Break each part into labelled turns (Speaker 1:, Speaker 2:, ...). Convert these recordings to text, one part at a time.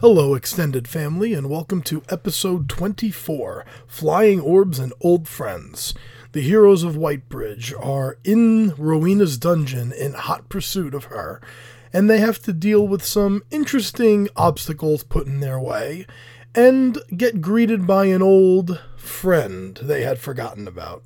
Speaker 1: Hello, extended family, and welcome to episode 24 Flying Orbs and Old Friends. The heroes of Whitebridge are in Rowena's dungeon in hot pursuit of her, and they have to deal with some interesting obstacles put in their way and get greeted by an old friend they had forgotten about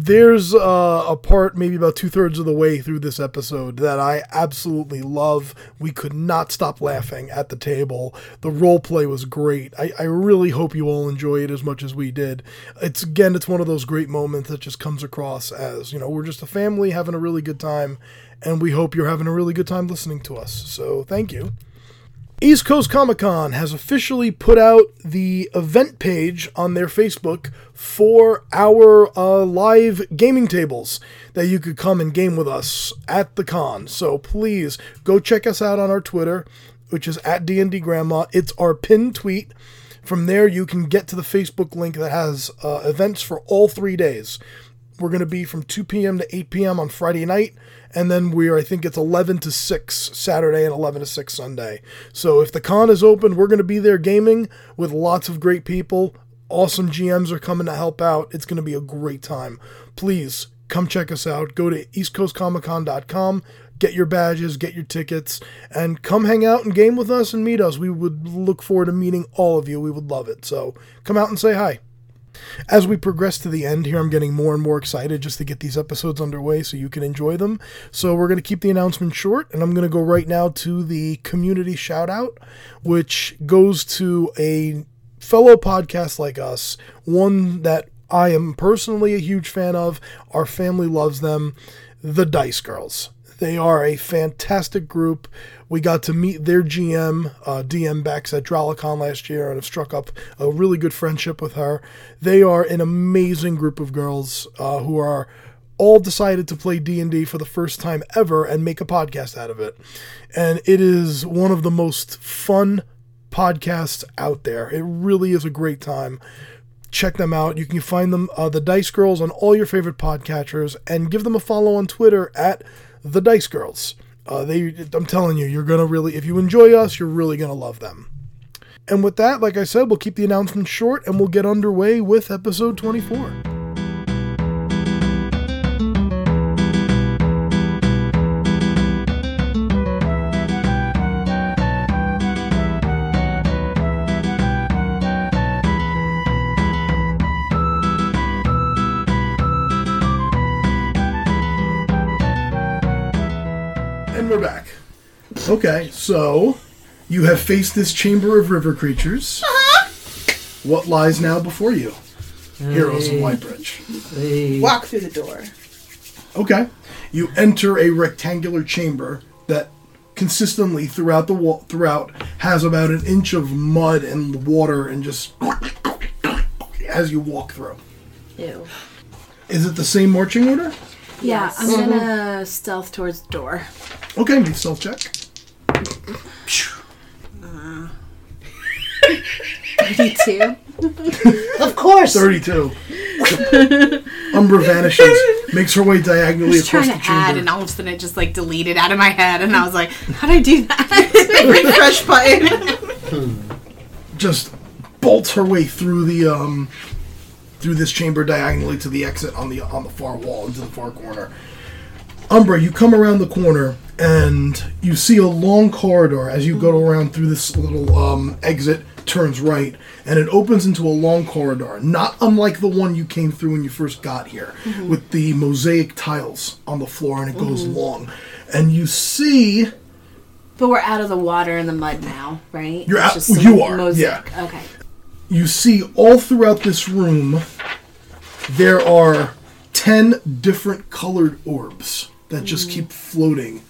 Speaker 1: there's uh, a part maybe about two thirds of the way through this episode that I absolutely love. We could not stop laughing at the table. The role play was great. I, I really hope you all enjoy it as much as we did. It's again, it's one of those great moments that just comes across as you know we're just a family having a really good time, and we hope you're having a really good time listening to us. So thank you. East Coast Comic Con has officially put out the event page on their Facebook for our uh, live gaming tables that you could come and game with us at the con. So please go check us out on our Twitter, which is at DND Grandma. It's our pinned tweet. From there, you can get to the Facebook link that has uh, events for all three days. We're going to be from 2 p.m. to 8 p.m. on Friday night, and then we're, I think it's 11 to 6 Saturday and 11 to 6 Sunday. So if the con is open, we're going to be there gaming with lots of great people. Awesome GMs are coming to help out. It's going to be a great time. Please come check us out. Go to eastcoastcomiccon.com, get your badges, get your tickets, and come hang out and game with us and meet us. We would look forward to meeting all of you. We would love it. So come out and say hi as we progress to the end here, I'm getting more and more excited just to get these episodes underway so you can enjoy them. So we're going to keep the announcement short, and I'm going to go right now to the community shout out, which goes to a fellow podcast like us, one that I am personally a huge fan of. Our family loves them, the Dice Girls. They are a fantastic group. We got to meet their GM, uh, DM Bex, at Drolicon last year and have struck up a really good friendship with her. They are an amazing group of girls uh, who are all decided to play D&D for the first time ever and make a podcast out of it. And it is one of the most fun podcasts out there. It really is a great time check them out. You can find them, uh, the Dice Girls, on all your favorite podcatchers, and give them a follow on Twitter at the Dice Girls. Uh, they, I'm telling you, you're gonna really, if you enjoy us, you're really gonna love them. And with that, like I said, we'll keep the announcement short, and we'll get underway with episode 24. And we're back. Okay, so you have faced this chamber of river creatures. What lies now before you? Heroes of Whitebridge.
Speaker 2: Walk through the door.
Speaker 1: Okay. You enter a rectangular chamber that consistently throughout the wall throughout has about an inch of mud and water and just as you walk through.
Speaker 3: Ew.
Speaker 1: Is it the same marching order?
Speaker 3: Yeah, I'm gonna stealth towards the door.
Speaker 1: Okay, make a stealth check.
Speaker 3: Me too.
Speaker 2: Of course.
Speaker 1: 32. Umbra vanishes, makes her way diagonally
Speaker 3: Just
Speaker 1: across
Speaker 3: trying
Speaker 1: the
Speaker 3: to
Speaker 1: chamber.
Speaker 3: add, and all of a sudden it just like deleted out of my head, and I was like, "How did I do that?"
Speaker 2: Refresh button.
Speaker 1: just bolts her way through the um through this chamber diagonally to the exit on the on the far wall into the far corner. Umbra, you come around the corner and you see a long corridor as you go around through this little um, exit turns right and it opens into a long corridor not unlike the one you came through when you first got here with the mosaic tiles on the floor and it goes long and you see
Speaker 3: but we're out of the water and the mud now, right?
Speaker 1: You're
Speaker 3: It's
Speaker 1: out-
Speaker 3: some
Speaker 1: you are, yeah.
Speaker 3: Okay.
Speaker 1: you see all throughout this room there are 10 different colored orbs that
Speaker 3: Mm.
Speaker 1: just keep floating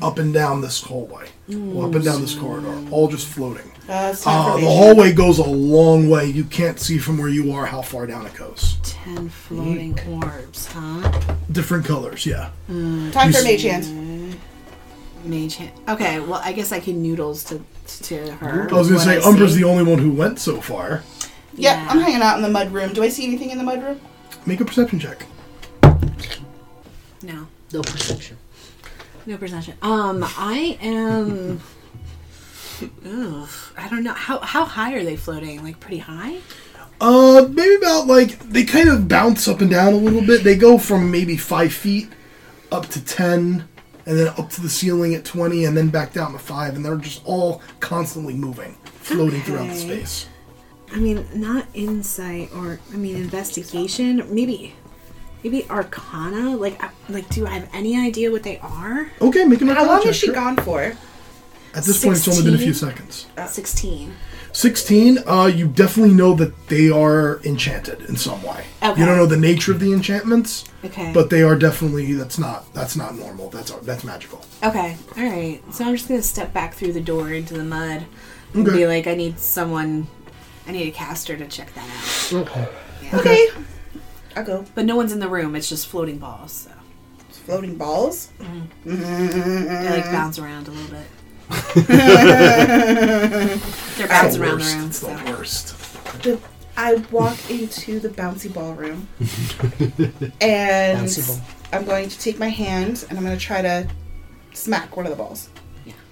Speaker 1: up and down this hallway well, up and down this
Speaker 3: Mm.
Speaker 1: corridor all just floating
Speaker 2: Uh, it's time
Speaker 1: uh,
Speaker 2: for
Speaker 1: the
Speaker 2: me.
Speaker 1: hallway goes a long way you can't see from where you are how far down it goes
Speaker 3: Ten floating orbs, huh?
Speaker 1: different colors yeah you
Speaker 2: Time for
Speaker 1: s-
Speaker 2: mage hand.
Speaker 3: Mage hand. Okay. Well, I guess I can noodles to to her.
Speaker 1: i was going to
Speaker 3: what
Speaker 1: say
Speaker 3: I
Speaker 1: umbra's
Speaker 3: see.
Speaker 1: the only one who went so far
Speaker 2: Yep,
Speaker 3: Yeah.
Speaker 2: I'm hanging out in the mud room. Do I see anything in the mud room?
Speaker 1: make a perception check
Speaker 3: No.
Speaker 4: No perception.
Speaker 3: No perception. Um, I am Ooh, I don't know. How how high are they floating? Like pretty high?
Speaker 1: Uh, maybe about like they kind of bounce up and down a little bit. They go from maybe five feet up to ten, and then up to the ceiling at twenty, and then back down to five. And they're just all constantly moving, floating throughout the
Speaker 3: Okay.
Speaker 1: space.
Speaker 3: I mean, not insight or I mean investigation. Maybe, maybe Arcana. Like, I- like, do I have any idea what they are?
Speaker 1: Okay, make an
Speaker 2: How
Speaker 1: arcana
Speaker 2: long
Speaker 1: check,
Speaker 2: has she
Speaker 1: sure.
Speaker 2: gone for?
Speaker 1: At this point, it's only been a few
Speaker 3: 16?
Speaker 1: seconds.
Speaker 3: Sixteen.
Speaker 1: 16 uh, you definitely know that they are enchanted in some way
Speaker 3: Okay.
Speaker 1: you don't know the nature of the enchantments
Speaker 3: Okay.
Speaker 1: but they are definitely that's not that's not normal that's that's magical
Speaker 3: Okay. All right. So I'm just gonna step back through the door into the mud and
Speaker 1: Okay.
Speaker 3: be like, I need someone. I need a caster to check that out.
Speaker 1: okay
Speaker 2: Okay. I'll go.
Speaker 3: But no one's in the room. It's just floating balls. So
Speaker 2: It's floating balls.
Speaker 3: they like bounce around a little bit. They're bouncing around the room.
Speaker 1: it's the
Speaker 3: so.
Speaker 1: worst
Speaker 2: The, I walk into the bouncy ball room. and
Speaker 4: Bouncy ball.
Speaker 2: I'm going to take my hand and I'm going to try to smack one of the balls.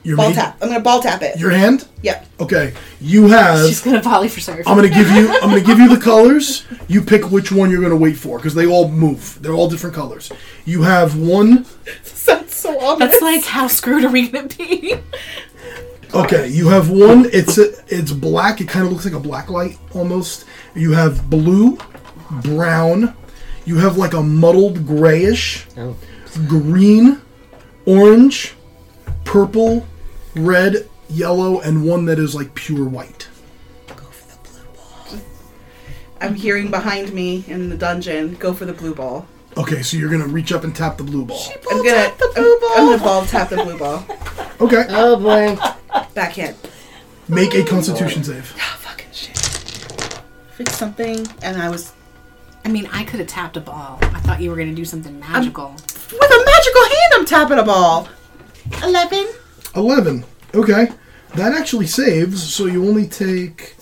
Speaker 1: your,
Speaker 2: Ball
Speaker 1: ma-
Speaker 2: tap. I'm going to ball tap it.
Speaker 1: your hand
Speaker 2: Yep.
Speaker 1: okay you have
Speaker 3: She's gonna volley for surf.
Speaker 1: i'm gonna give you i'm gonna give you the colors you pick which one you're gonna wait for because they all move they're all different colors you have one
Speaker 2: That's so ominous.
Speaker 3: That's like, how screwed are we gonna be?
Speaker 1: Okay, you have one. It's it's black. It kind of looks like a black light almost. You have blue, brown. You have like a muddled grayish,
Speaker 4: Oh.
Speaker 1: green, orange, purple, red, yellow, and one that is like pure white.
Speaker 2: I'm hearing behind me in the dungeon. Go for the blue ball.
Speaker 1: Okay, so you're gonna reach up and tap the blue ball.
Speaker 2: I'm gonna tap the blue ball. I'm gonna ball tap the blue ball.
Speaker 1: Okay,
Speaker 4: Oh boy.
Speaker 2: Backhand.
Speaker 1: make a Constitution save.
Speaker 2: Ah, fucking shit. Fix something, and I was
Speaker 3: I mean, I could have tapped a ball. I thought you were gonna do something magical.
Speaker 2: with a magical hand. I'm tapping a ball. Eleven.
Speaker 1: Eleven. Okay, that actually saves. So you only take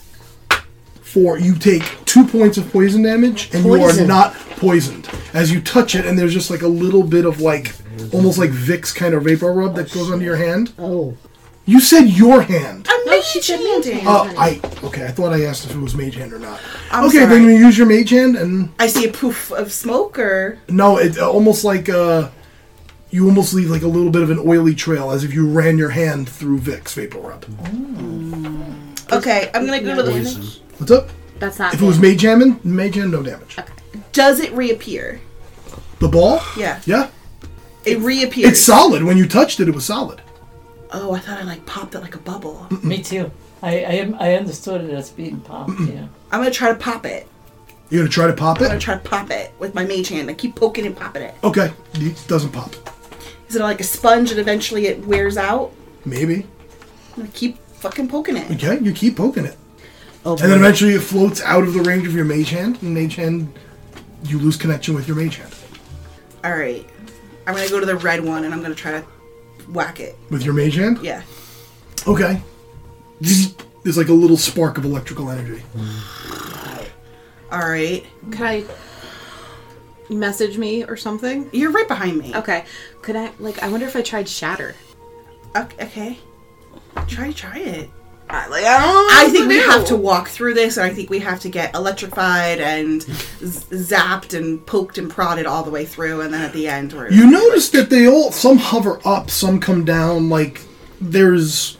Speaker 1: four. You take two points of poison damage, and you are
Speaker 4: Poison.
Speaker 1: not poisoned as you touch it. And there's just like a little bit of like almost like Vicks kind of vapor rub that goes onto your hand.
Speaker 4: Oh.
Speaker 1: You said your hand.
Speaker 2: I'm no, she demanding.
Speaker 1: Oh, I okay. I thought I asked if it was mage hand or not.
Speaker 2: I'm
Speaker 1: okay,
Speaker 2: sorry.
Speaker 1: then you use your mage hand, and
Speaker 2: I see a poof of smoke, or
Speaker 1: no, it almost like uh, you almost leave like a little bit of an oily trail as if you ran your hand through Vicks vapor rub.
Speaker 2: okay. I'm gonna go to the.
Speaker 1: What's up?
Speaker 3: That's not.
Speaker 1: If it was mage jamming, mage hand, no damage.
Speaker 2: Does it reappear?
Speaker 1: The ball?
Speaker 2: Yeah.
Speaker 1: Yeah.
Speaker 2: It reappears.
Speaker 1: It's solid. When you touched it, it was solid.
Speaker 2: oh, I thought I like popped it like a bubble.
Speaker 5: Me too. I, I am- I understood it as being pop. Yeah.
Speaker 2: I'm gonna try to pop it.
Speaker 1: You're going to try to pop
Speaker 2: I'm gonna
Speaker 1: it?
Speaker 2: try to pop it with my mage hand. I keep poking and popping it.
Speaker 1: Okay. It doesn't pop.
Speaker 2: Is it like a sponge and eventually it wears out?
Speaker 1: Maybe.
Speaker 2: I'm gonna keep fucking poking it.
Speaker 1: Okay. You keep poking it.
Speaker 4: Oh
Speaker 1: And then
Speaker 4: boy.
Speaker 1: eventually it floats out of the range of your mage hand. And mage hand, you lose connection with your mage hand.
Speaker 2: All right. I'm gonna go to the red one and I'm gonna try to whack it.
Speaker 1: With your mage hand?
Speaker 2: Yeah.
Speaker 1: Okay. There's like a little spark of electrical energy.
Speaker 2: All right.
Speaker 3: Could I message me or something?
Speaker 2: You're right behind me.
Speaker 3: Okay. Could I like? I wonder if I tried shatter.
Speaker 2: Okay. okay. Try try it.
Speaker 3: I, like, I don't.
Speaker 2: I think we have to walk through this, and I think we have to get electrified and z- zapped and poked and prodded all the way through, and then at the end we're
Speaker 1: You notice that they all some hover up, some come down. Like there's,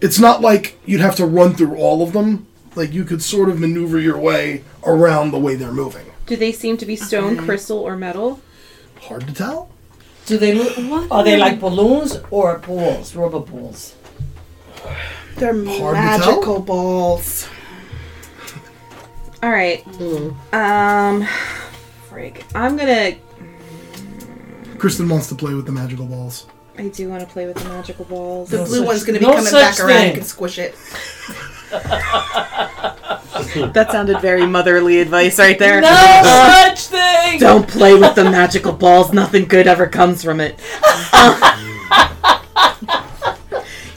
Speaker 1: it's not like you'd have to run through all of them. Like you could sort of maneuver your way around the way they're moving.
Speaker 6: Do they seem to be stone, crystal, or metal?
Speaker 1: Hard to tell.
Speaker 5: Do they look? Are they like balloons or balls? Rubber balls?
Speaker 2: they're
Speaker 1: tell?
Speaker 2: magical balls.
Speaker 6: All right. Um, frig. I'm gonna.
Speaker 1: Kristen wants to play with the magical balls.
Speaker 6: I do want to play with the magical balls.
Speaker 2: The
Speaker 5: No
Speaker 2: blue
Speaker 5: such-
Speaker 2: one's gonna be
Speaker 5: no
Speaker 2: coming
Speaker 5: such
Speaker 2: back around. You
Speaker 5: thing.
Speaker 2: can squish it.
Speaker 6: That sounded very motherly advice right there.
Speaker 5: No
Speaker 7: Oh,
Speaker 5: such thing.
Speaker 6: Don't play with the magical balls. Nothing good ever comes from it.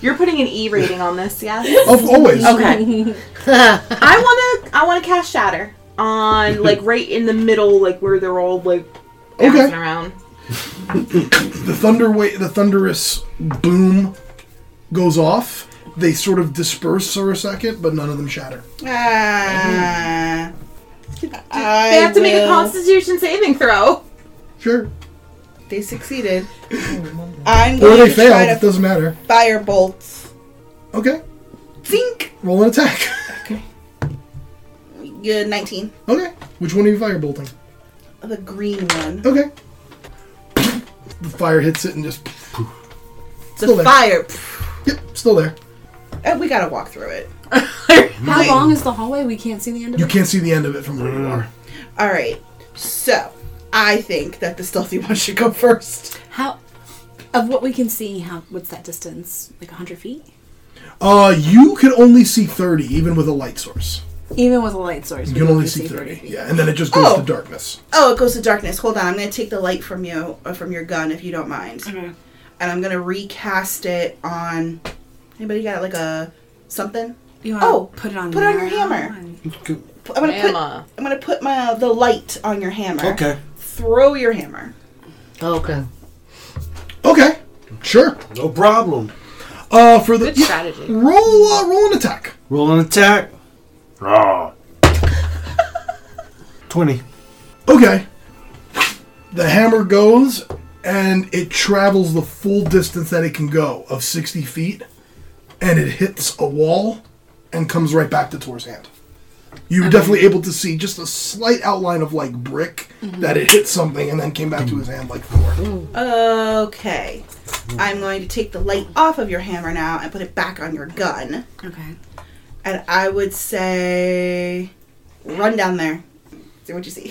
Speaker 6: You're putting an E rating on this, yes?
Speaker 1: Of always.
Speaker 6: Okay. I wanna I wanna cast shatter on like right in the middle, like where they're all like bouncing
Speaker 1: Okay.
Speaker 6: around.
Speaker 1: The thunder wa- the thunderous boom goes off, They sort of disperse for a second, but none of them shatter.
Speaker 5: Mm-hmm.
Speaker 2: Ah.
Speaker 6: They have to make a Constitution saving throw.
Speaker 1: Sure.
Speaker 2: They succeeded. I'm
Speaker 1: Or
Speaker 2: going
Speaker 1: they
Speaker 2: to
Speaker 1: fail.
Speaker 2: try
Speaker 1: It
Speaker 2: to
Speaker 1: doesn't matter.
Speaker 2: fire bolts.
Speaker 1: Okay.
Speaker 2: Zink.
Speaker 1: Roll an attack.
Speaker 2: Good, 19.
Speaker 1: okay. Which one are you firebolting?
Speaker 2: The green one.
Speaker 1: Okay. The fire hits it and just. Still
Speaker 2: The
Speaker 1: there.
Speaker 2: fire.
Speaker 1: Yep, still there.
Speaker 2: Oh, we gotta walk through it.
Speaker 3: How long is the hallway? We can't see the end of
Speaker 1: You
Speaker 3: it.
Speaker 1: can't see the end of it from where you are.
Speaker 2: All right. So, I think that the stealthy one should go first.
Speaker 3: How of what we can see? How what's that distance? Like hundred feet?
Speaker 1: Uh, you could only see 30, even with a light source.
Speaker 3: Even with a light source,
Speaker 1: You can only see 30. Yeah, and then it just goes
Speaker 2: Oh.
Speaker 1: to darkness.
Speaker 2: Oh, it goes to darkness. Hold on. I'm gonna take the light from you, uh, from your gun, if you don't mind.
Speaker 3: Okay.
Speaker 2: And I'm gonna recast it on. Anybody got like a something?
Speaker 3: You wanna
Speaker 2: Oh,
Speaker 3: put it on.
Speaker 2: put it on your
Speaker 3: now?
Speaker 2: hammer. I'm gonna put.
Speaker 4: Hammer.
Speaker 2: I'm gonna put my the light on your hammer.
Speaker 8: Okay.
Speaker 2: Throw your hammer.
Speaker 4: Okay.
Speaker 1: Okay, sure.
Speaker 8: No problem.
Speaker 1: Uh, for the
Speaker 4: Good strategy.
Speaker 1: roll, uh, roll an attack.
Speaker 8: Roll an attack. Raw. 20.
Speaker 1: Okay. The hammer goes, and it travels the full distance that it can go of 60 feet, and it hits a wall and comes right back to Tor's hand. You're definitely able to see just a slight outline of like brick
Speaker 3: Mm-hmm.
Speaker 1: that it hit something and then came back to his hand like
Speaker 3: Mm.
Speaker 1: four.
Speaker 2: Okay. I'm going to take the light off of your hammer now and put it back on your gun.
Speaker 3: Okay.
Speaker 2: And I would say, run down there. See what you see.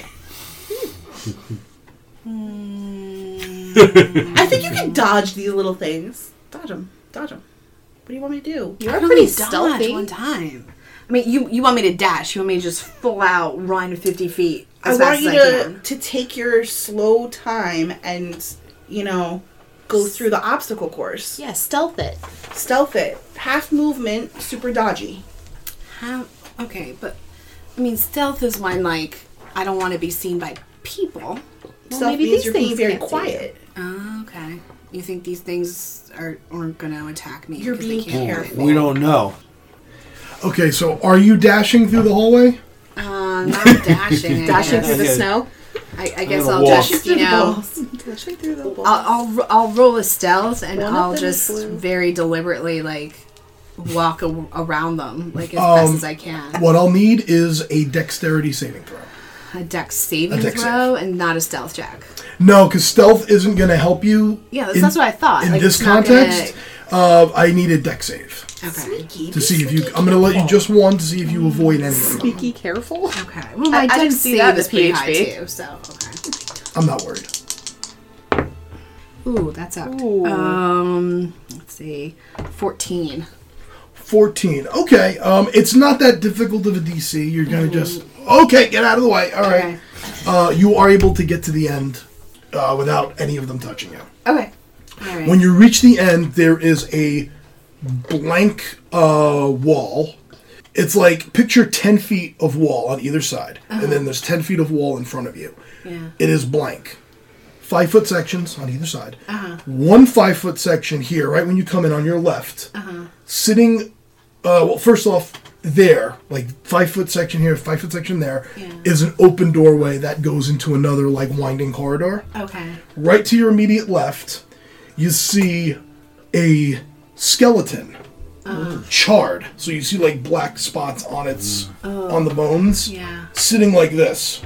Speaker 2: Hmm. I think you can dodge these little things. Dodge them. Dodge them. What do you want me to do?
Speaker 4: You're
Speaker 3: I can
Speaker 4: pretty
Speaker 3: only dodge
Speaker 4: stealthy.
Speaker 3: One time. I mean, you you want me to dash? You want me to just full out run fifty feet
Speaker 2: I
Speaker 3: as
Speaker 2: want
Speaker 3: fast
Speaker 2: you
Speaker 3: as I
Speaker 2: to,
Speaker 3: can?
Speaker 2: to take your slow time and, you know, go through the obstacle course.
Speaker 4: Yeah, stealth it.
Speaker 2: Stealth it. Half movement, super dodgy.
Speaker 3: How? Okay, but I mean, stealth is when like I don't want to be seen by people.
Speaker 4: Well,
Speaker 2: Stealth
Speaker 4: maybe
Speaker 2: means
Speaker 4: these
Speaker 2: you're being
Speaker 4: things
Speaker 2: very
Speaker 4: can't see
Speaker 2: quiet.
Speaker 3: Oh, okay. You think these things are aren't gonna attack me?
Speaker 2: You're
Speaker 3: 'cause
Speaker 2: being
Speaker 3: they can't hurt me?
Speaker 8: We don't know.
Speaker 1: Okay, so are you dashing through the hallway?
Speaker 3: Uh, not dashing. I
Speaker 6: Dashing
Speaker 3: guess.
Speaker 6: through the
Speaker 8: Okay.
Speaker 6: snow.
Speaker 3: I, I guess
Speaker 8: gonna
Speaker 3: I'll
Speaker 8: walk.
Speaker 3: just, you know,
Speaker 2: Dashing through the walls.
Speaker 3: I'll, I'll, I'll roll a stealth and
Speaker 2: One of
Speaker 3: I'll
Speaker 2: them is
Speaker 3: just
Speaker 2: blue.
Speaker 3: very deliberately, like, walk a- around them, like, as
Speaker 1: Um,
Speaker 3: best as I can.
Speaker 1: What I'll need is a dexterity saving throw.
Speaker 3: A dex saving
Speaker 1: A dex
Speaker 3: throw and not a stealth check.
Speaker 1: No, because stealth isn't going to help you.
Speaker 3: Yeah, that's, that's what I thought.
Speaker 1: In
Speaker 3: like,
Speaker 1: this
Speaker 3: it's not
Speaker 1: context, uh, I need a dex save
Speaker 3: Gonna, okay.
Speaker 1: to see if you. I'm going to let you just one to see if you avoid any of them.
Speaker 4: Sneaky careful.
Speaker 3: Okay. Well,
Speaker 4: I-
Speaker 3: my
Speaker 4: I
Speaker 3: dex
Speaker 4: didn't see
Speaker 3: save
Speaker 4: that
Speaker 3: is
Speaker 4: as
Speaker 3: pretty high,
Speaker 4: PHP.
Speaker 3: too, so, okay.
Speaker 1: I'm not worried.
Speaker 3: Ooh, that's up. Um, let's see. 14.
Speaker 1: 14. Okay. Um, it's not that difficult of a DC. You're going to just. Okay, get out of the way. All right. Uh, you are able to get to the end uh, without any of them touching you.
Speaker 3: Okay. All right.
Speaker 1: When you reach the end, there is a blank uh, wall. It's like picture 10 feet of wall on either side, and then there's 10 feet of wall in front of you.
Speaker 3: yeah.
Speaker 1: It is blank. Five foot sections on either side.
Speaker 3: Uh-huh.
Speaker 1: One five foot section here, right when you come in on your left,
Speaker 3: Uh-huh.
Speaker 1: sitting. Uh, well, first off, there, like five foot section here, five foot section there, is
Speaker 3: Yeah.
Speaker 1: an open doorway that goes into another like winding corridor
Speaker 3: Okay.
Speaker 1: right to your immediate left, you see a skeleton,
Speaker 3: Uh-huh.
Speaker 1: charred. So you see like black spots on its on the bones,
Speaker 3: Mm. Oh. Yeah.
Speaker 1: sitting like this,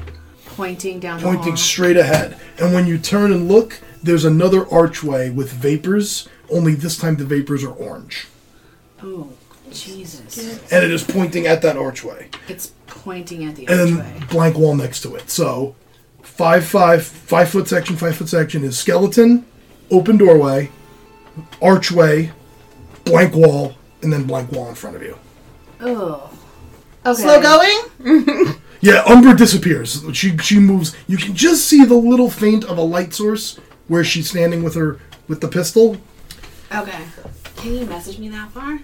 Speaker 3: Pointing down
Speaker 1: pointing
Speaker 3: the hall.
Speaker 1: straight ahead. And when you turn and look, there's another archway with vapors. Only this time the vapors are orange,
Speaker 3: Oh, Jesus.
Speaker 1: and it is pointing at that archway,
Speaker 3: It's pointing at the
Speaker 1: and
Speaker 3: archway.
Speaker 1: then blank wall next to it. So. Five, five, five foot section, five foot section is skeleton, open doorway, archway, blank wall, and then blank wall in front of you.
Speaker 3: Oh. Okay.
Speaker 2: Slow going?
Speaker 1: Yeah, Umbra disappears. She she moves. You can just see the little faint of a light source where she's standing with her with the pistol.
Speaker 3: Okay. Can you message me that far?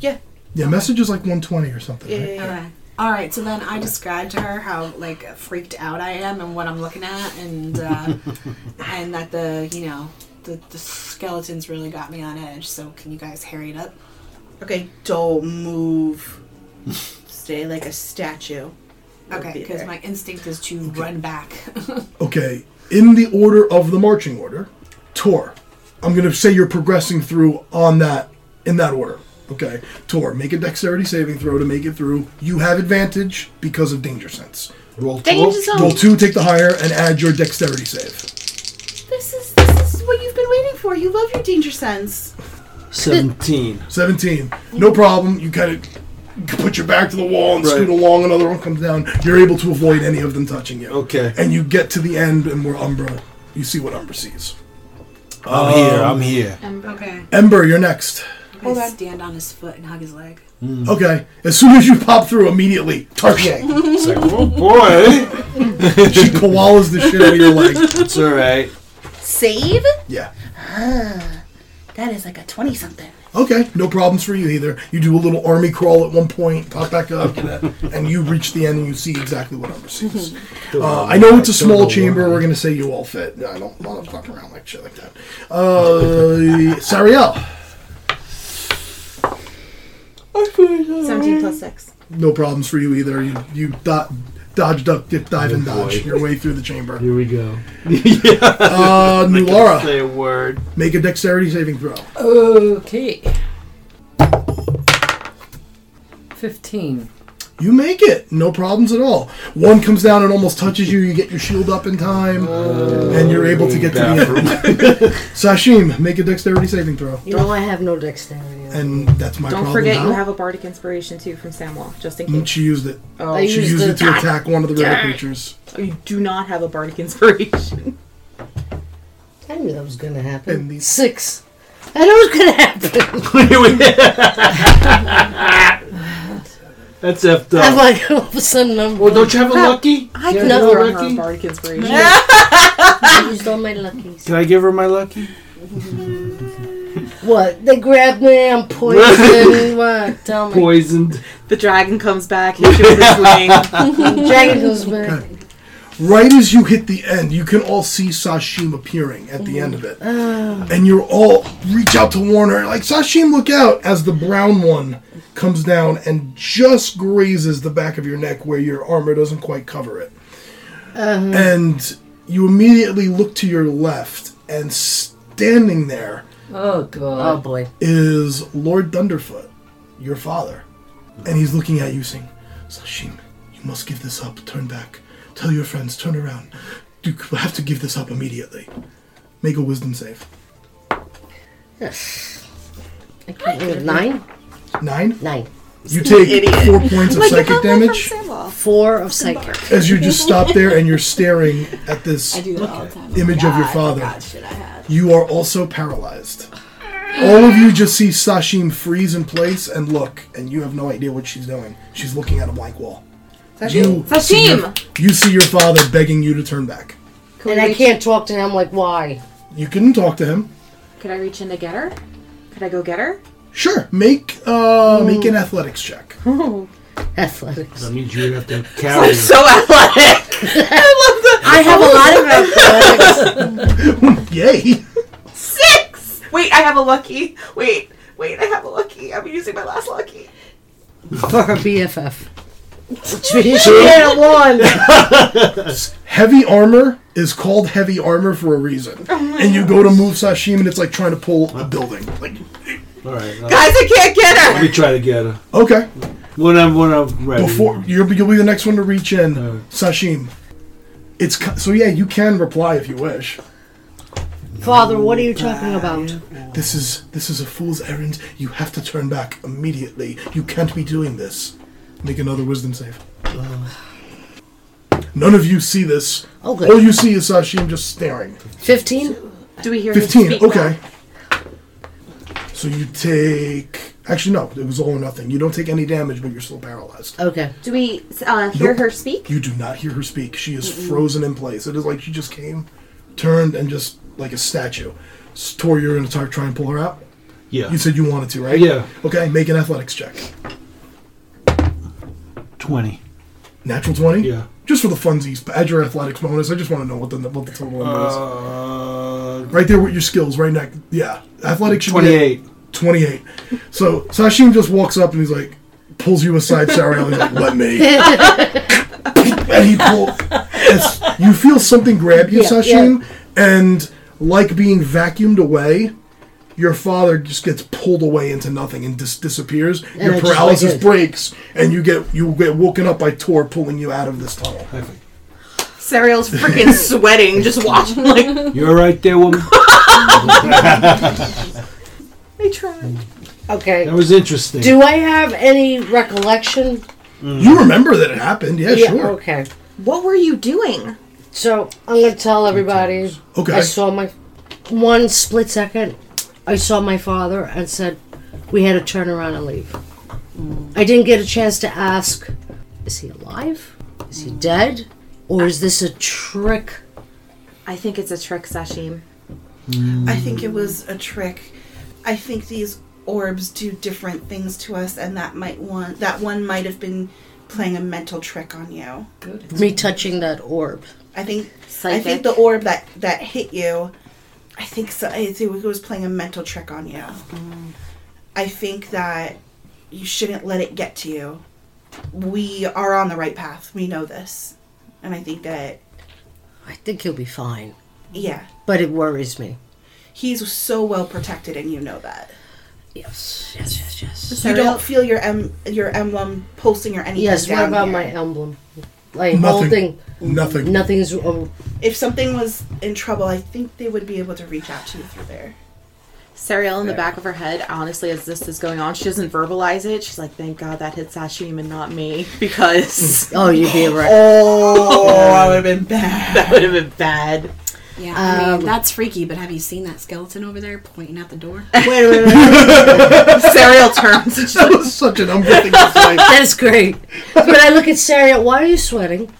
Speaker 2: Yeah.
Speaker 1: Yeah, message is like 120 or something. right?
Speaker 3: Okay. All right. So then I described to her how like freaked out I am and what I'm looking at, and uh, and that the you know the, the skeletons really got me on edge. So can you guys hurry it up?
Speaker 2: Okay, don't move. Stay like a statue. We'll
Speaker 3: Okay,
Speaker 2: be
Speaker 3: because
Speaker 2: there.
Speaker 3: my instinct is to run back.
Speaker 1: Okay, in the order of the marching order, Tor. I'm gonna say you're progressing through on that in that order. Okay, Tor, make a dexterity saving throw to make it through. You have advantage because of danger sense.
Speaker 8: Roll
Speaker 6: Danger
Speaker 8: 12.
Speaker 6: zone.
Speaker 1: Roll two, take the higher, and add your dexterity save.
Speaker 2: This is this is what you've been waiting for. You love your danger sense.
Speaker 8: 17.
Speaker 1: 17. No problem. You kind of put your back to the wall and
Speaker 8: Right.
Speaker 1: scoot along. Another one comes down. You're able to avoid any of them touching you.
Speaker 8: Okay.
Speaker 1: And you get to the end, and where Umbra, you see what Umbra sees.
Speaker 8: I'm here. I'm here.
Speaker 3: okay.
Speaker 1: Ember, you're next.
Speaker 3: I stand on his foot and hug his leg.
Speaker 1: Okay. As soon as you pop through, immediately, Tarshay.
Speaker 8: It's like, oh boy.
Speaker 1: she koalas the shit out of your leg.
Speaker 8: It's all right.
Speaker 2: Save?
Speaker 1: Yeah.
Speaker 2: That is like a twenty something.
Speaker 1: Okay. No problems for you either. You do a little army crawl at one point, pop back up, and you reach the end, and you see exactly what Umbra sees. Uh, I know it's a small chamber. We're gonna say you all fit. I don't want to fuck around like shit like that. Uh, Sariel,
Speaker 6: 17 plus 6.
Speaker 1: no problems for you either. You you do- dodge, duck, dip, dive, and dodge your way through the chamber.
Speaker 4: Oh, Here we go.
Speaker 1: Uh, Nulara,
Speaker 8: Say a word.
Speaker 1: make a dexterity saving throw.
Speaker 5: Okay. 15.
Speaker 1: You make it, no problems at all. One comes down and almost touches you. You get your shield up in time, and you're able to get to the end.
Speaker 8: Bathroom.
Speaker 1: Sashim, make a dexterity saving throw,
Speaker 7: You know I have no dexterity.
Speaker 1: and that's my
Speaker 6: Don't
Speaker 1: problem
Speaker 6: forget
Speaker 1: now.
Speaker 6: you have a bardic inspiration too from Samwell, just in
Speaker 1: Mm,
Speaker 6: case.
Speaker 1: she used it.
Speaker 7: I
Speaker 6: Oh,
Speaker 1: She
Speaker 7: use
Speaker 1: used
Speaker 7: the
Speaker 1: it to attack one of the rare creatures.
Speaker 6: you do not have a bardic inspiration.
Speaker 7: I knew that was gonna
Speaker 1: And
Speaker 7: happen.
Speaker 1: these-
Speaker 7: Six. I know it's gonna happen.
Speaker 4: That's effed
Speaker 7: I'm
Speaker 4: up.
Speaker 7: like, all of a sudden, I'm.
Speaker 8: well, don't you have a lucky?
Speaker 7: I
Speaker 8: You have
Speaker 7: know.
Speaker 8: a
Speaker 6: Or her
Speaker 8: lucky?
Speaker 6: bardic inspiration.
Speaker 7: I used all my luckies.
Speaker 8: Can I give her my lucky?
Speaker 7: What? They grabbed me. I'm poisoned. what? Tell me.
Speaker 4: Poisoned.
Speaker 6: The dragon comes back, hits you with his wing.
Speaker 7: Dragon goes back.
Speaker 1: Right as you hit the end, you can all see Sashim appearing at the end of it. And you're all reach out to warn her, like, Sashim, look out, as the brown one comes down and just grazes the back of your neck where your armor doesn't quite cover it. And you immediately look to your left, and standing there
Speaker 5: Oh,
Speaker 7: Oh
Speaker 5: God.
Speaker 7: boy.
Speaker 1: is Lord Thunderfoot, your father. And he's looking at you saying, Sashim, you must give this up. Turn back. Tell your friends, turn around. You c- have to give this up immediately. Make a wisdom save.
Speaker 7: Yes. I can't remember. Nine?
Speaker 1: Nine.
Speaker 7: Nine.
Speaker 1: You take four points of psychic damage
Speaker 7: Four of psychic.
Speaker 1: as you just stop there and you're staring at this
Speaker 3: I do that all the time.
Speaker 1: image of your father.
Speaker 3: God, shit, I had.
Speaker 1: You are also paralyzed. All of you just see Sashim freeze in place and look, and you have no idea what she's doing. She's looking at a blank wall. You see your- you see your father begging you to turn back.
Speaker 7: And I can't talk to him. I'm like, why?
Speaker 1: You can talk to him.
Speaker 6: Could I reach in to get her? Could I go get her?
Speaker 1: Sure, make uh, make an athletics check.
Speaker 7: Athletics.
Speaker 4: That means you would have to carry her.
Speaker 6: So athletic!
Speaker 7: I have a lot of athletics.
Speaker 1: Yay!
Speaker 6: Six! Wait, I have a lucky. Wait, wait, I have a lucky. I'm using my last lucky.
Speaker 7: For her BFF. She had a one.
Speaker 1: Heavy armor is called heavy armor for a reason.
Speaker 3: Oh
Speaker 1: And you go to move Sashim, and it's like trying to pull a building. Like,
Speaker 8: All right. I'll-
Speaker 6: Guys, I can't get her!
Speaker 8: Let me try to get her.
Speaker 1: okay,
Speaker 8: When I'm, when I'm ready.
Speaker 1: before you'll be, you'll be the next one to reach in,
Speaker 8: Uh.
Speaker 1: Sashim. It's co- so yeah, you can reply if you wish.
Speaker 7: Father, what are you talking about?
Speaker 1: This is this is a fool's errand. You have to turn back immediately. You can't be doing this. Make another wisdom save. None of you see this.
Speaker 7: Uh. Oh, good.
Speaker 1: All you see is Sashim just staring.
Speaker 7: 15?
Speaker 6: Do we hear him
Speaker 1: Fifteen.
Speaker 6: speak
Speaker 1: Okay. So you take. Actually, no. It was all or nothing. You don't take any damage, but you're still paralyzed.
Speaker 7: Okay.
Speaker 6: Do we uh, hear
Speaker 1: Nope.
Speaker 6: her speak?
Speaker 1: You do not hear her speak. She is frozen in place. It is like she just came, turned, and just like a statue. S- Tor, you're gonna tar- try and pull her out.
Speaker 8: Yeah.
Speaker 1: You said you wanted to, right?
Speaker 8: Yeah.
Speaker 1: Okay. Make an athletics check.
Speaker 8: 20.
Speaker 1: Natural twenty.
Speaker 8: Yeah.
Speaker 1: Just for the funsies, add your athletics bonus. I just want to know what the what the total number is.
Speaker 8: Uh,
Speaker 1: Right there with your skills, right neck. Yeah, athletics should be-
Speaker 8: 28.
Speaker 1: 28. So Sashim just walks up and he's like, pulls you aside, Sariel, and he's like, let me. and he pulls. You feel something grab you,
Speaker 7: Yeah,
Speaker 1: Sashim, and like being vacuumed away, your father just gets pulled away into nothing and dis- disappears.
Speaker 7: I
Speaker 1: your
Speaker 7: just like
Speaker 1: paralysis
Speaker 7: it.
Speaker 1: breaks, and you get you get woken up by Tor pulling you out of this tunnel.
Speaker 8: Perfect.
Speaker 6: Serial's freaking sweating, just watching. Like
Speaker 8: You're right there, woman.
Speaker 6: I tried.
Speaker 7: Okay.
Speaker 8: That was interesting.
Speaker 7: Do I have any recollection?
Speaker 1: You remember that it happened, yeah, sure.
Speaker 7: Okay.
Speaker 6: What were you doing?
Speaker 7: So I'm gonna tell everybody.
Speaker 1: Okay.
Speaker 7: I saw my one split second. I saw my father and said, "We had to turn around and leave." I didn't get a chance to ask, "Is he alive? Is he dead? Or is this a trick?"
Speaker 6: I think it's a trick, Sashim.
Speaker 2: I think it was a trick. I think these orbs do different things to us, and that might one that one might have been playing a mental trick on you.
Speaker 7: Me touching that orb.
Speaker 2: I think I
Speaker 5: Psychic.
Speaker 2: think the orb that that hit you, I think so. I think it was playing a mental trick on you.
Speaker 6: Mm.
Speaker 2: I think that you shouldn't let it get to you. We are on the right path. We know this, and I think that
Speaker 7: I think he'll be fine,
Speaker 2: yeah,
Speaker 7: but it worries me.
Speaker 2: he's so well protected, and you know that.
Speaker 7: Yes, yes, yes, yes.
Speaker 2: You don't feel your em- your emblem pulsing or anything.
Speaker 7: Yes. What
Speaker 2: down
Speaker 7: about
Speaker 2: here.
Speaker 7: my emblem? Like
Speaker 1: Nothing.
Speaker 7: holding.
Speaker 1: Nothing.
Speaker 7: Nothing is. Oh,
Speaker 2: If something was in trouble, I think they would be able to reach out to you through there.
Speaker 6: Serial in the back of her head, honestly, as this is going on, she doesn't verbalize it. She's like, "Thank God that hit Sashim and not me, because
Speaker 7: oh, you'd be right.
Speaker 6: oh, I would have been bad. That would have been bad."
Speaker 3: Yeah, I
Speaker 7: Um,
Speaker 3: mean, that's freaky, but have you seen that skeleton over there pointing out the door?
Speaker 7: Wait a minute.
Speaker 6: Serial turns. And she's like,
Speaker 1: That was such an unbelievable thing.
Speaker 7: That's great. But I look at Sarah, why are you sweating?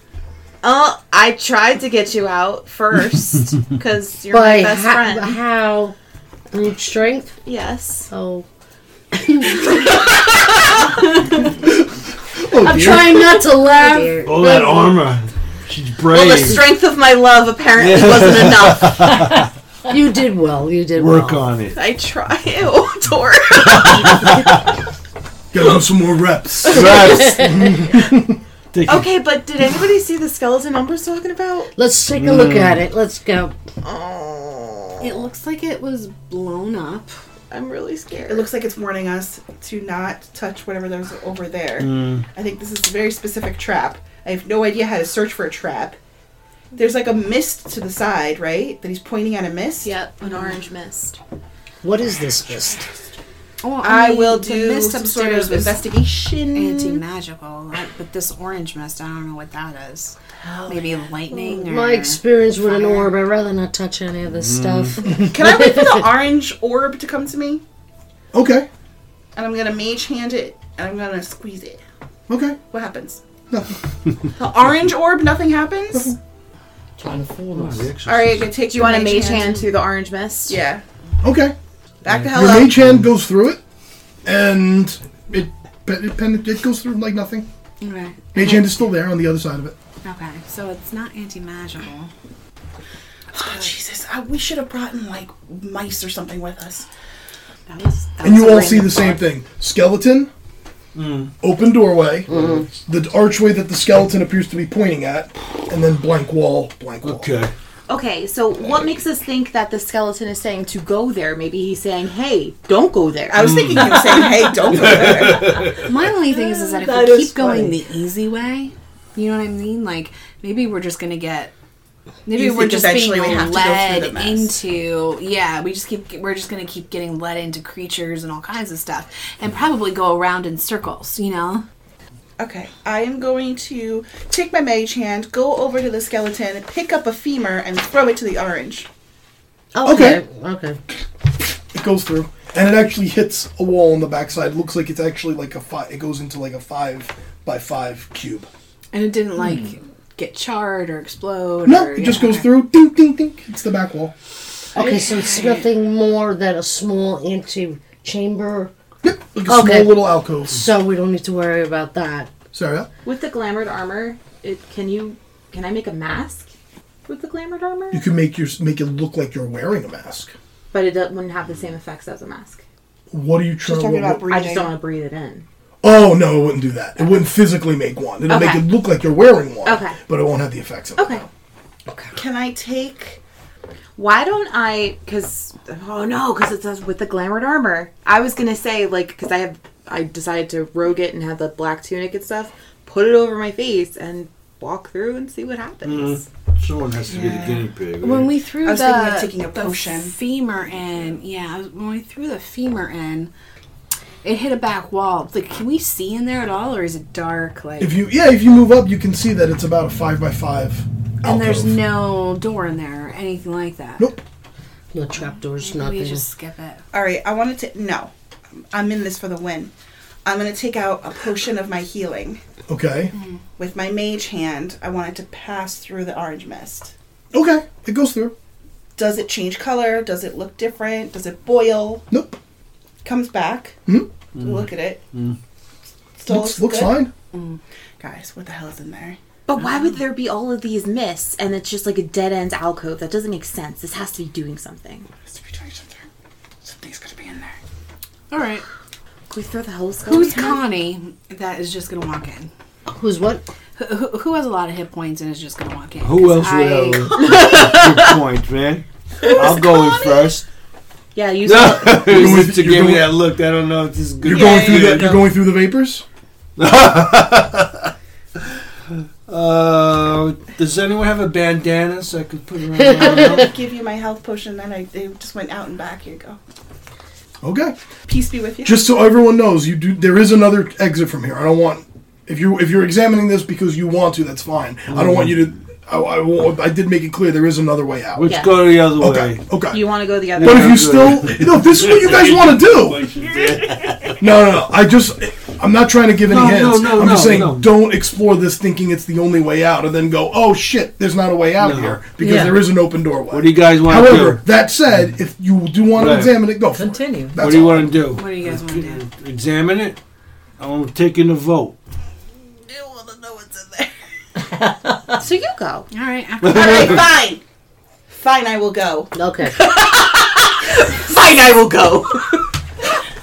Speaker 6: oh, I tried to get you out first because you're
Speaker 7: By
Speaker 6: my best
Speaker 7: ho-
Speaker 6: friend.
Speaker 7: how? Brute strength?
Speaker 6: yes.
Speaker 7: Oh.
Speaker 1: Oh,
Speaker 7: I'm
Speaker 1: dear.
Speaker 7: trying not to laugh.
Speaker 8: All that armor. She's brave.
Speaker 6: Well, the strength of my love apparently wasn't enough.
Speaker 7: You did well. You did
Speaker 8: Work
Speaker 7: well.
Speaker 8: on it.
Speaker 6: I try. Ew, Tor.
Speaker 1: Gotta do some more reps.
Speaker 8: Take it.
Speaker 6: okay, but did anybody see the skeleton Umbra's talking about?
Speaker 7: Let's take a look at it. Let's go.
Speaker 3: It looks like it was blown up.
Speaker 6: Oh, I'm really
Speaker 2: It
Speaker 6: scared.
Speaker 2: looks like it's warning us to not touch whatever there's over there. I think this is a very specific trap. I have no idea how to search for a trap. There's like a mist to the side, right? That he's pointing at a mist.
Speaker 5: Yep, an orange mist.
Speaker 7: What is this mist?
Speaker 3: Oh,
Speaker 2: I,
Speaker 3: mean,
Speaker 2: will
Speaker 3: the
Speaker 2: do
Speaker 3: mist
Speaker 2: some sort
Speaker 3: upstairs
Speaker 2: of
Speaker 3: was
Speaker 2: investigation.
Speaker 3: anti-magical, I- but this orange mist, I don't know what that is. Maybe lightning or
Speaker 7: My experience with an
Speaker 3: fire.
Speaker 7: orb, I'd rather not touch any of this stuff.
Speaker 2: Can I wait for the orange orb to come to me?
Speaker 1: Okay.
Speaker 2: And I'm gonna mage hand it, and I'm gonna squeeze it.
Speaker 1: Okay.
Speaker 2: What happens? Nothing. the orange orb, nothing happens.
Speaker 7: Trying to fool us.
Speaker 2: All right, I can take.
Speaker 6: Do you want a mage hand through the orange mist?
Speaker 2: Yeah.
Speaker 1: Okay.
Speaker 2: Back the hell
Speaker 1: Your
Speaker 2: up.
Speaker 1: mage hand goes through it, and it it, pen- it goes through like nothing.
Speaker 3: Okay.
Speaker 1: Mage hand is still there on the other side of it.
Speaker 3: Okay, so it's not anti-magical.
Speaker 2: Oh, Jesus, I, we should have brought in like mice or something with us.
Speaker 3: That was. That
Speaker 1: And
Speaker 3: was
Speaker 1: you
Speaker 3: a
Speaker 1: all
Speaker 3: random
Speaker 1: see the same
Speaker 3: thought.
Speaker 1: thing: skeleton, open doorway,
Speaker 2: Mm-hmm.
Speaker 1: the archway that the skeleton appears to be pointing at, and then blank wall, blank wall.
Speaker 8: Okay.
Speaker 6: Okay, so what makes us think that the skeleton is saying to go there? Maybe he's saying, "Hey, don't go there."
Speaker 2: I was thinking you were saying, "Hey, don't go there."
Speaker 3: My only thing is, is that if
Speaker 6: That
Speaker 3: we
Speaker 6: is
Speaker 3: keep going the easy way, you know what I mean? Like maybe we're just gonna get. Maybe
Speaker 2: You
Speaker 3: we're
Speaker 2: think
Speaker 3: just
Speaker 2: eventually
Speaker 3: being
Speaker 2: we have to go through
Speaker 3: led
Speaker 2: the mess.
Speaker 3: into yeah. We just keep we're just gonna keep getting led into creatures and all kinds of stuff, and probably go around in circles. You know,
Speaker 2: Okay, I am going to take my mage hand, go over to the skeleton, pick up a femur, and throw it to the orange.
Speaker 7: Okay. Okay.
Speaker 1: It goes through, and it actually hits a wall on the backside. It looks like it's actually like a five. It goes into like a five by five cube.
Speaker 3: and it didn't like get charred or explode.
Speaker 1: No,
Speaker 3: or,
Speaker 1: it
Speaker 3: yeah,
Speaker 1: just goes
Speaker 3: okay.
Speaker 1: through. Ding, ding, ding. It's the back wall.
Speaker 7: Okay, so it's nothing more than a small empty chamber,
Speaker 1: Yep, like a
Speaker 7: Okay.
Speaker 1: small little alcove.
Speaker 7: so we don't need to worry about that.
Speaker 1: Sarah.
Speaker 6: With the glamored armor, it can you can I make a mask with the glamored armor?
Speaker 1: You can make your make it look like you're wearing a mask.
Speaker 6: But it do- wouldn't have the same effects as a mask.
Speaker 1: What are you
Speaker 2: She's
Speaker 1: trying
Speaker 2: talking about
Speaker 6: I
Speaker 2: breathing.
Speaker 6: just don't want to breathe it in.
Speaker 1: Oh no, it wouldn't do that. It wouldn't physically make one. It'll make
Speaker 6: Okay.
Speaker 1: it look like you're wearing one.
Speaker 6: Okay.
Speaker 1: But it won't have the effects of
Speaker 6: Okay.
Speaker 1: it.
Speaker 2: Can I take?
Speaker 6: Why don't I? Because oh no, because it says with the glamored armor. I was gonna say like because I have I decided to rogue it and have the black tunic and stuff. Put it over my face and walk through and see what happens.
Speaker 8: Someone has to be the guinea pig. right?
Speaker 3: When we threw
Speaker 2: I was
Speaker 3: the,
Speaker 2: thinking of taking a
Speaker 3: the
Speaker 2: potion.
Speaker 3: femur in, yeah, when we threw the femur in, it hit a back wall. Like, can we see in there at all, or is it dark? Like,
Speaker 1: If you yeah, if you move up, you can see that it's about a five by five.
Speaker 3: and there's
Speaker 1: alcove.
Speaker 3: no door in there or anything like that.
Speaker 1: Nope.
Speaker 7: No trapdoors,
Speaker 3: Maybe
Speaker 7: nothing.
Speaker 3: we just skip it.
Speaker 2: All right, I want to. No, I'm in this for the win. I'm gonna take out a potion of my healing
Speaker 1: Okay.
Speaker 2: with my mage hand. I want it to pass through the orange mist.
Speaker 1: Okay. It goes through.
Speaker 2: Does it change color? Does it look different? Does it boil?
Speaker 1: Nope.
Speaker 2: Comes back.
Speaker 1: Hmm?
Speaker 2: Look at it. Still
Speaker 1: Looks,
Speaker 2: looks,
Speaker 1: looks
Speaker 2: good?
Speaker 1: fine.
Speaker 2: Guys, what the hell is in there?
Speaker 6: But why would there be all of these mists and it's just like a dead end alcove? That doesn't make sense. This has to be doing something.
Speaker 2: Has to be doing something. Something's gonna be in there.
Speaker 3: All right.
Speaker 6: Can we throw the whole skull?
Speaker 3: Who's Connie that is just gonna walk in?
Speaker 7: Who's what?
Speaker 3: Who, who, who has a lot of hit points and is just gonna walk in?
Speaker 8: Who
Speaker 3: 'Cause
Speaker 8: else would
Speaker 3: I-
Speaker 8: have a good point, man? I'll go in first.
Speaker 6: Yeah, you.
Speaker 8: No, to
Speaker 1: you're
Speaker 8: give me
Speaker 1: going-
Speaker 8: that look. I don't know if this is good.
Speaker 1: You're
Speaker 8: or
Speaker 1: going
Speaker 8: bad.
Speaker 1: through that you're going through the vapors?
Speaker 8: Uh, does anyone have a bandana so I could put around? my mouth?
Speaker 2: I give you my health potion, then I it just went out and back. Here you go.
Speaker 1: Okay.
Speaker 2: Peace be with you.
Speaker 1: Just so everyone knows, you do there is another exit from here. I don't want if you if you're examining this because you want to, that's fine. I don't want you to I, I, won't- I did make it clear there is another way out.
Speaker 8: Let's
Speaker 6: Yeah.
Speaker 8: go the other
Speaker 1: Okay.
Speaker 8: way.
Speaker 1: Okay.
Speaker 6: want to go the other
Speaker 1: But
Speaker 6: way?
Speaker 1: if you still, no, this is what you guys want to do. No, no, no. I just, I'm not trying to give any
Speaker 8: No, no,
Speaker 1: hints.
Speaker 8: no,
Speaker 1: I'm just
Speaker 8: no,
Speaker 1: saying,
Speaker 8: no.
Speaker 1: don't explore this thinking it's the only way out, and then go, oh shit, there's not a way out
Speaker 8: No.
Speaker 1: here because
Speaker 5: Yeah.
Speaker 1: there is an open doorway.
Speaker 8: What do you guys want to
Speaker 1: However,
Speaker 8: do?
Speaker 1: that said, if you do want
Speaker 8: Right.
Speaker 1: to examine it, go for it.
Speaker 5: Continue.
Speaker 1: That's
Speaker 8: What do you
Speaker 1: all.
Speaker 8: want to do?
Speaker 3: What do you guys want to do?
Speaker 8: Examine it. I'm taking a vote.
Speaker 2: I want to know what's in there.
Speaker 6: so you go.
Speaker 3: All right. After
Speaker 2: All right, fine. Fine, I will go.
Speaker 7: Okay.
Speaker 2: Fine, I will go.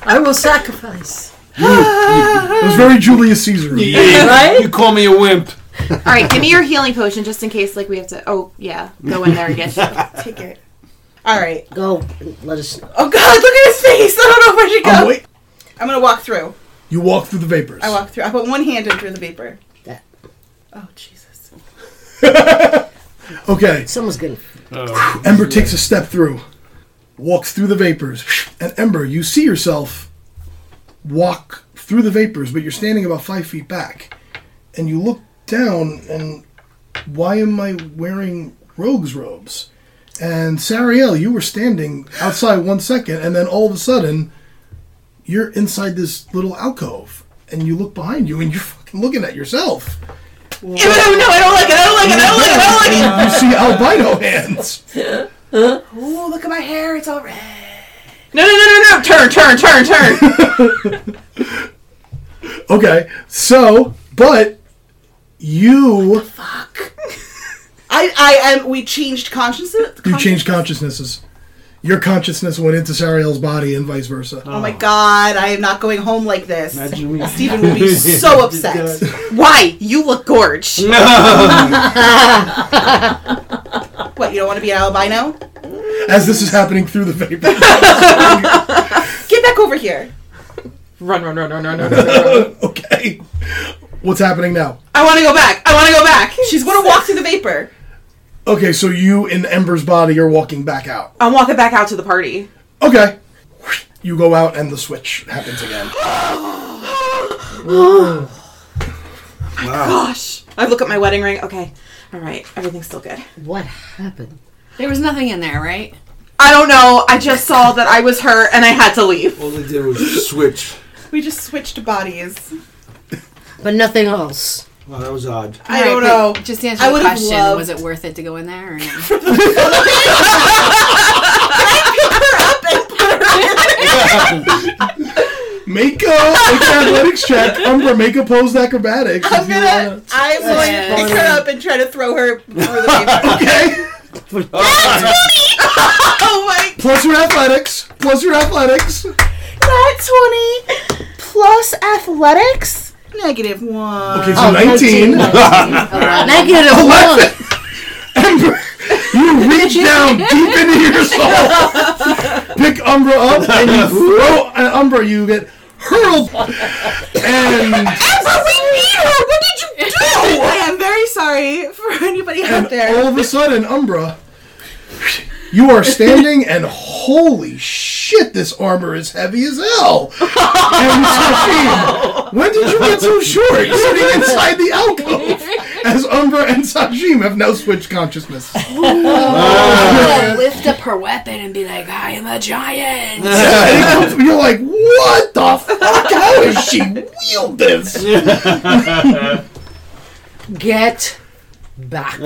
Speaker 5: I will sacrifice.
Speaker 1: It was very Julius Caesar.
Speaker 5: Right?
Speaker 8: You call me a wimp.
Speaker 6: All right, give me your healing potion just in case, like we have to. Oh yeah, go in there and get.
Speaker 2: Take it. All right.
Speaker 7: Go. Let us.
Speaker 2: Oh God, look at his face. I don't know where to
Speaker 1: I'm
Speaker 2: go.
Speaker 1: Oh, wait-
Speaker 2: I'm gonna walk through.
Speaker 1: You walk through the vapors.
Speaker 2: I walk through. I put one hand in through the vapor.
Speaker 7: That.
Speaker 2: Oh Jesus.
Speaker 1: Okay.
Speaker 7: Someone's gonna.
Speaker 1: Ember takes a step through, walks through the vapors, and Ember, you see yourself walk through the vapors, but you're standing about five feet back, and you look down, and why am I wearing rogues robes? And Sariel, you were standing outside one second, and then all of a sudden, you're inside this little alcove, and you look behind you, and you're fucking looking at yourself.
Speaker 2: No, no, no, I don't like it. I don't like it. I don't like it. I don't like it.
Speaker 1: And you see albino hands.
Speaker 2: Ooh, look at my hair. It's all red.
Speaker 6: No no no no no! Turn turn turn turn.
Speaker 1: Okay, so but you
Speaker 2: I, I am. We changed consciousness.
Speaker 1: you changed consciousnesses. Your consciousness went into Sariel's body and vice versa.
Speaker 2: Oh my God! I am not going home like this.
Speaker 8: Imagine me.
Speaker 2: Stephen would be
Speaker 1: Oh
Speaker 2: so upset.
Speaker 6: Why? You look gorge.
Speaker 2: What? You don't want to be an albino?
Speaker 1: As this is happening through the vapor.
Speaker 2: Get back over here.
Speaker 6: Run run run run run run. run.
Speaker 1: okay. What's happening now?
Speaker 6: I want to go back. I want to go back.
Speaker 2: She's gonna walk through the vapor.
Speaker 1: Okay, so you in Ember's body are walking back out.
Speaker 2: Oh.
Speaker 6: I'm walking back out to the party.
Speaker 1: Okay. You go out and the switch happens again.
Speaker 6: Gosh. I look at my wedding ring. Okay. All right. Everything's still good.
Speaker 7: What happened?
Speaker 3: there was nothing in there, right?
Speaker 6: I don't know. I just saw that I was hurt and I had to leave.
Speaker 8: All they did was switch.
Speaker 2: We just switched bodies.
Speaker 7: But nothing else.
Speaker 8: Wow, that was odd.
Speaker 2: I
Speaker 3: All right,
Speaker 2: don't
Speaker 3: but
Speaker 2: know.
Speaker 3: Just answer
Speaker 2: I
Speaker 3: the
Speaker 2: would've
Speaker 3: question:
Speaker 2: loved-
Speaker 3: Was it worth it to go in there or no?
Speaker 1: Make a make an athletics check. Ember, make opposed acrobatics. if
Speaker 2: I'm
Speaker 1: you
Speaker 2: gonna. I'm going to pick her up and try to throw her through the
Speaker 1: wanna-
Speaker 2: vapor.
Speaker 1: Okay.
Speaker 2: oh my!
Speaker 6: Oh
Speaker 1: Plus your athletics. Plus your athletics.
Speaker 2: That 20 plus athletics? Negative one.
Speaker 1: Okay, so 19.
Speaker 7: Negative one.
Speaker 1: Umbra, you reach down deep into your soul, pick Umbra up, and you throw an Umbra. You get hurled, and
Speaker 2: I am very sorry for anybody out there.
Speaker 1: all of a sudden, Umbra, you are standing, and holy shit, this armor is heavy as hell. And Sashim, when did you get so short? Sitting inside the alcove, as Umbra and Sashim have now switched consciousness.
Speaker 3: lift up her weapon and be like, I am a giant.
Speaker 1: Yeah, and it comes- you're like, what the fuck? How does she wield this?
Speaker 7: Get back.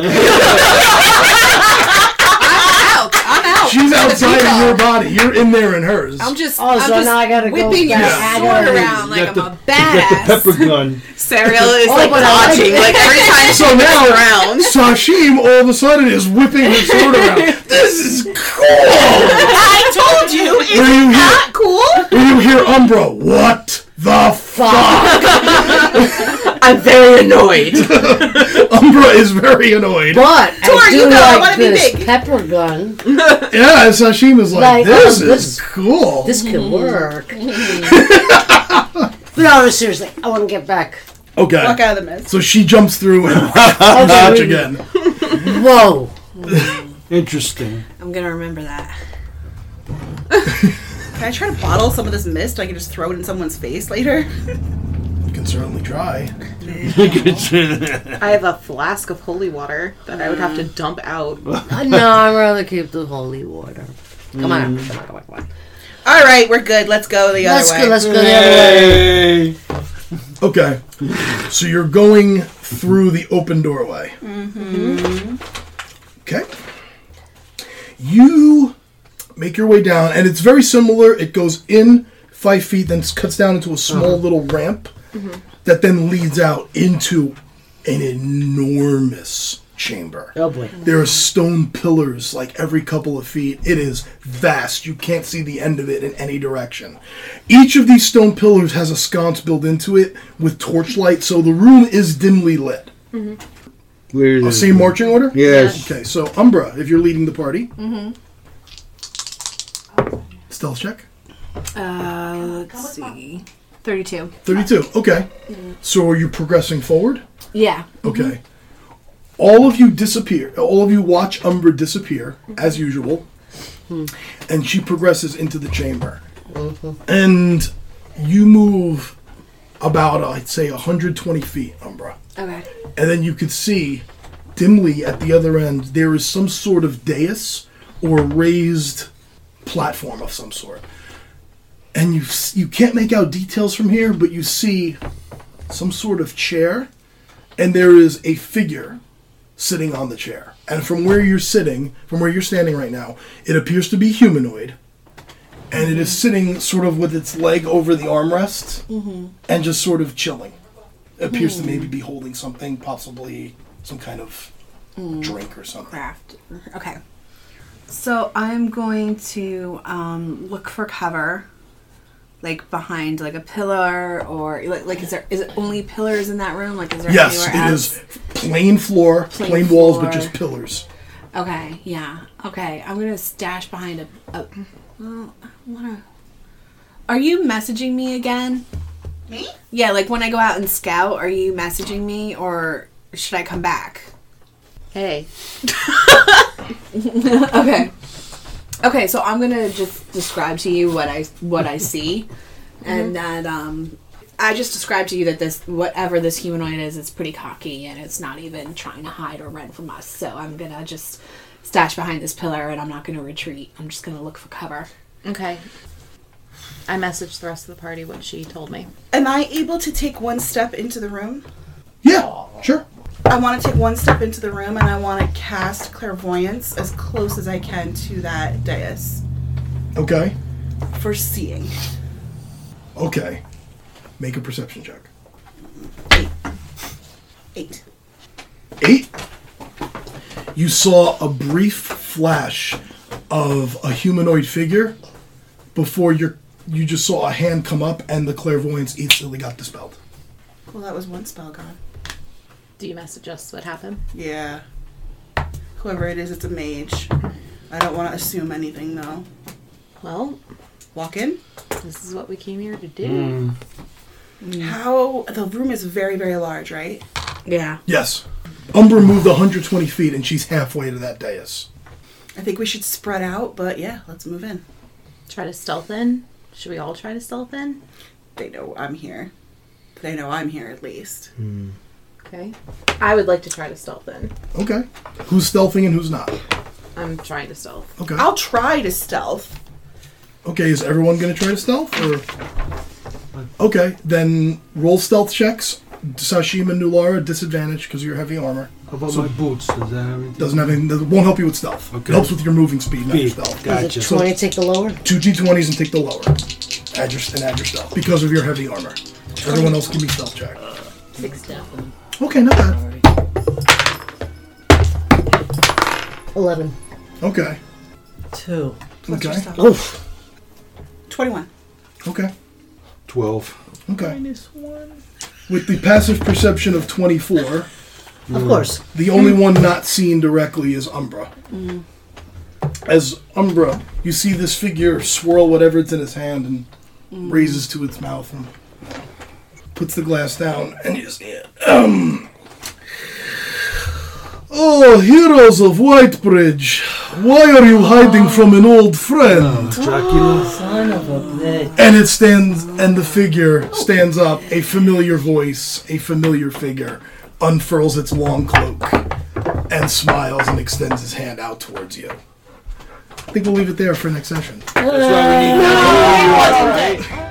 Speaker 1: She's outside of your body. You're in there in hers.
Speaker 6: I'm just,
Speaker 7: Oh,
Speaker 6: I'm
Speaker 7: so
Speaker 6: just
Speaker 7: now I gotta go
Speaker 6: whipping your
Speaker 7: back.
Speaker 6: sword
Speaker 7: Yeah.
Speaker 6: around
Speaker 4: You
Speaker 6: like
Speaker 4: got
Speaker 6: I'm
Speaker 4: the-
Speaker 6: a
Speaker 4: You got
Speaker 6: badass.
Speaker 4: the pepper gun.
Speaker 6: Serial is
Speaker 7: Oh,
Speaker 6: like
Speaker 7: but I like
Speaker 6: dodging, like every time she
Speaker 1: So now-
Speaker 6: goes around.
Speaker 1: Sashim all of a sudden is whipping her sword around. This is cool!
Speaker 6: I told you it's
Speaker 1: Where you hear,
Speaker 6: cool.
Speaker 1: where you hear Umbra, what the fuck?
Speaker 6: I'm very annoyed.
Speaker 1: Umbra is very annoyed.
Speaker 7: But I
Speaker 6: Tori,
Speaker 7: do
Speaker 6: you go. I
Speaker 7: like
Speaker 6: wanna be
Speaker 7: this
Speaker 6: big.
Speaker 7: pepper gun.
Speaker 1: Yeah, and Sashim is like,
Speaker 7: Like,
Speaker 1: this
Speaker 7: oh,
Speaker 1: is
Speaker 7: this-
Speaker 1: cool.
Speaker 7: This could work. no, seriously, I want to get back.
Speaker 1: okay.
Speaker 2: Walk out of the mist.
Speaker 1: So she jumps through and dodge again.
Speaker 7: Whoa.
Speaker 4: Interesting.
Speaker 3: I'm gonna remember that.
Speaker 2: Can I try to bottle some of this mist? I can just throw it in someone's face later.
Speaker 1: You can certainly try.
Speaker 6: I have a flask of holy water that I would have to dump out.
Speaker 7: Uh, no, I'd rather keep the holy water. Come on, come on, come on, come on.
Speaker 2: All right, we're good. Let's go the
Speaker 7: Let's
Speaker 2: other
Speaker 7: go,
Speaker 2: way.
Speaker 7: let's go the other way.
Speaker 4: Hey.
Speaker 1: Okay. So you're going through the open doorway. Okay. You make your way down, and it's very similar. It goes in five feet, then cuts down into a small little ramp that then leads out into an enormous chamber.
Speaker 5: Oh boy.
Speaker 1: There are stone pillars like every couple of feet. It is vast. You can't see the end of it in any direction. Each of these stone pillars has a sconce built into it with torchlight, so the room is dimly lit.
Speaker 8: Where is it?
Speaker 1: Oh, Same marching order?
Speaker 8: Yes.
Speaker 1: Okay, so Umbra, if you're leading the party. Mm-hmm. Stealth check.
Speaker 3: Uh, let's see. 32.
Speaker 1: 32. Okay. So are you progressing forward?
Speaker 3: Yeah. Mm-hmm.
Speaker 1: Okay. All of you disappear. All of you watch Umbra disappear,
Speaker 3: Mm-hmm.
Speaker 1: as usual.
Speaker 3: Hmm.
Speaker 1: And she progresses into the chamber.
Speaker 8: Mm-hmm.
Speaker 1: And you move about, I'd say, 120 feet, Umbra.
Speaker 3: Okay.
Speaker 1: And then you could see dimly at the other end, there is some sort of dais or raised platform of some sort. And you, s- you can't make out details from here, but you see some sort of chair and there is a figure sitting on the chair. And from where you're sitting, from where you're standing right now, it appears to be humanoid. And it is
Speaker 3: Mm-hmm.
Speaker 1: sitting sort of with its leg over the armrest
Speaker 3: Mm-hmm.
Speaker 1: and just sort of chilling. Appears
Speaker 3: Mm.
Speaker 1: to maybe be holding something, possibly some kind of
Speaker 3: Mm.
Speaker 1: drink or something.
Speaker 3: Craft. Okay. So I'm going to um, look for cover, like behind like a pillar or like, like is there is it only pillars in that room? Like is there
Speaker 1: Yes,
Speaker 3: anywhere
Speaker 1: it
Speaker 3: else?
Speaker 1: is plain floor, plain,
Speaker 3: Plain
Speaker 1: walls, but
Speaker 3: floor.
Speaker 1: just pillars.
Speaker 3: Okay. Yeah. Okay. I'm gonna stash behind a. a well, I wanna. Are you messaging me again?
Speaker 2: Me?
Speaker 3: Yeah, like when I go out and scout, are you messaging me or should I come back?
Speaker 6: Hey,
Speaker 3: Okay. Okay, so I'm gonna just describe to you what I what I see, and that um, I just described to you that this whatever this humanoid is, it's pretty cocky and it's not even trying to hide or run from us. So I'm gonna just stash behind this pillar and I'm not gonna retreat. I'm just gonna look for cover.
Speaker 6: okay. I messaged the rest of the party what she told me.
Speaker 2: Am I able to take one step into the room?
Speaker 1: Yeah, sure.
Speaker 2: I want to take one step into the room and I want to cast clairvoyance as close as I can to that dais
Speaker 1: Okay,
Speaker 2: for seeing.
Speaker 1: okay. Make a perception check.
Speaker 2: Eight.
Speaker 1: eight, you saw a brief flash of a humanoid figure before your you just saw a hand come up, and the clairvoyance instantly got dispelled.
Speaker 2: Well, that was one spell gone.
Speaker 6: Do you message us what happened?
Speaker 2: Yeah. Whoever it is, it's a mage. I don't want to assume anything though.
Speaker 6: Well,
Speaker 2: Walk in.
Speaker 6: this is what we came here to do. Mm.
Speaker 2: How the room is very very large, right?
Speaker 3: Yeah.
Speaker 1: Yes. Umbra moved 120 feet, and she's halfway to that dais.
Speaker 2: I think we should spread out, but yeah, let's move in.
Speaker 6: Try to stealth in. Should we all try to stealth in?
Speaker 2: They know I'm here. They know I'm here at least.
Speaker 6: Okay. I would like to try to stealth in.
Speaker 1: Okay. Who's stealthing and who's not?
Speaker 6: I'm trying to stealth.
Speaker 1: Okay.
Speaker 2: I'll try to stealth.
Speaker 1: Okay, is everyone going to try to stealth? Or okay, then roll stealth checks. Sashim and Nulara disadvantage because of your heavy armor.
Speaker 4: How about my boots? Does that have anything?
Speaker 1: Doesn't have any, that won't help you with stealth.
Speaker 4: Okay.
Speaker 1: It helps with your moving speed, not your
Speaker 4: Feet.
Speaker 1: stealth.
Speaker 4: Gotcha.
Speaker 7: Does it 20 take the lower?
Speaker 1: Two T20s and take the lower. Add your and add your stealth because of your heavy armor. Everyone else, give me stealth check.
Speaker 6: Sixteen.
Speaker 1: Okay, not bad.
Speaker 7: 11.
Speaker 1: Okay.
Speaker 5: Two.
Speaker 1: Okay.
Speaker 7: Oof.
Speaker 2: Twenty-one.
Speaker 1: Okay.
Speaker 4: Twelve.
Speaker 1: Okay. With the passive perception of 24,
Speaker 7: Of course.
Speaker 1: the only one not seen directly is Umbra. As Umbra, you see this figure swirl whatever's in his hand and raises to its mouth and puts the glass down, and you just hear, um, Oh, heroes of Whitebridge, why are you hiding from an old friend?
Speaker 3: Oh.
Speaker 4: Dracula.
Speaker 5: Son of a bitch.
Speaker 1: And it stands, and the figure stands up. A familiar voice, a familiar figure, unfurls its long cloak and smiles and extends his hand out towards you. I think we'll leave it there for next session.
Speaker 4: That's why we need.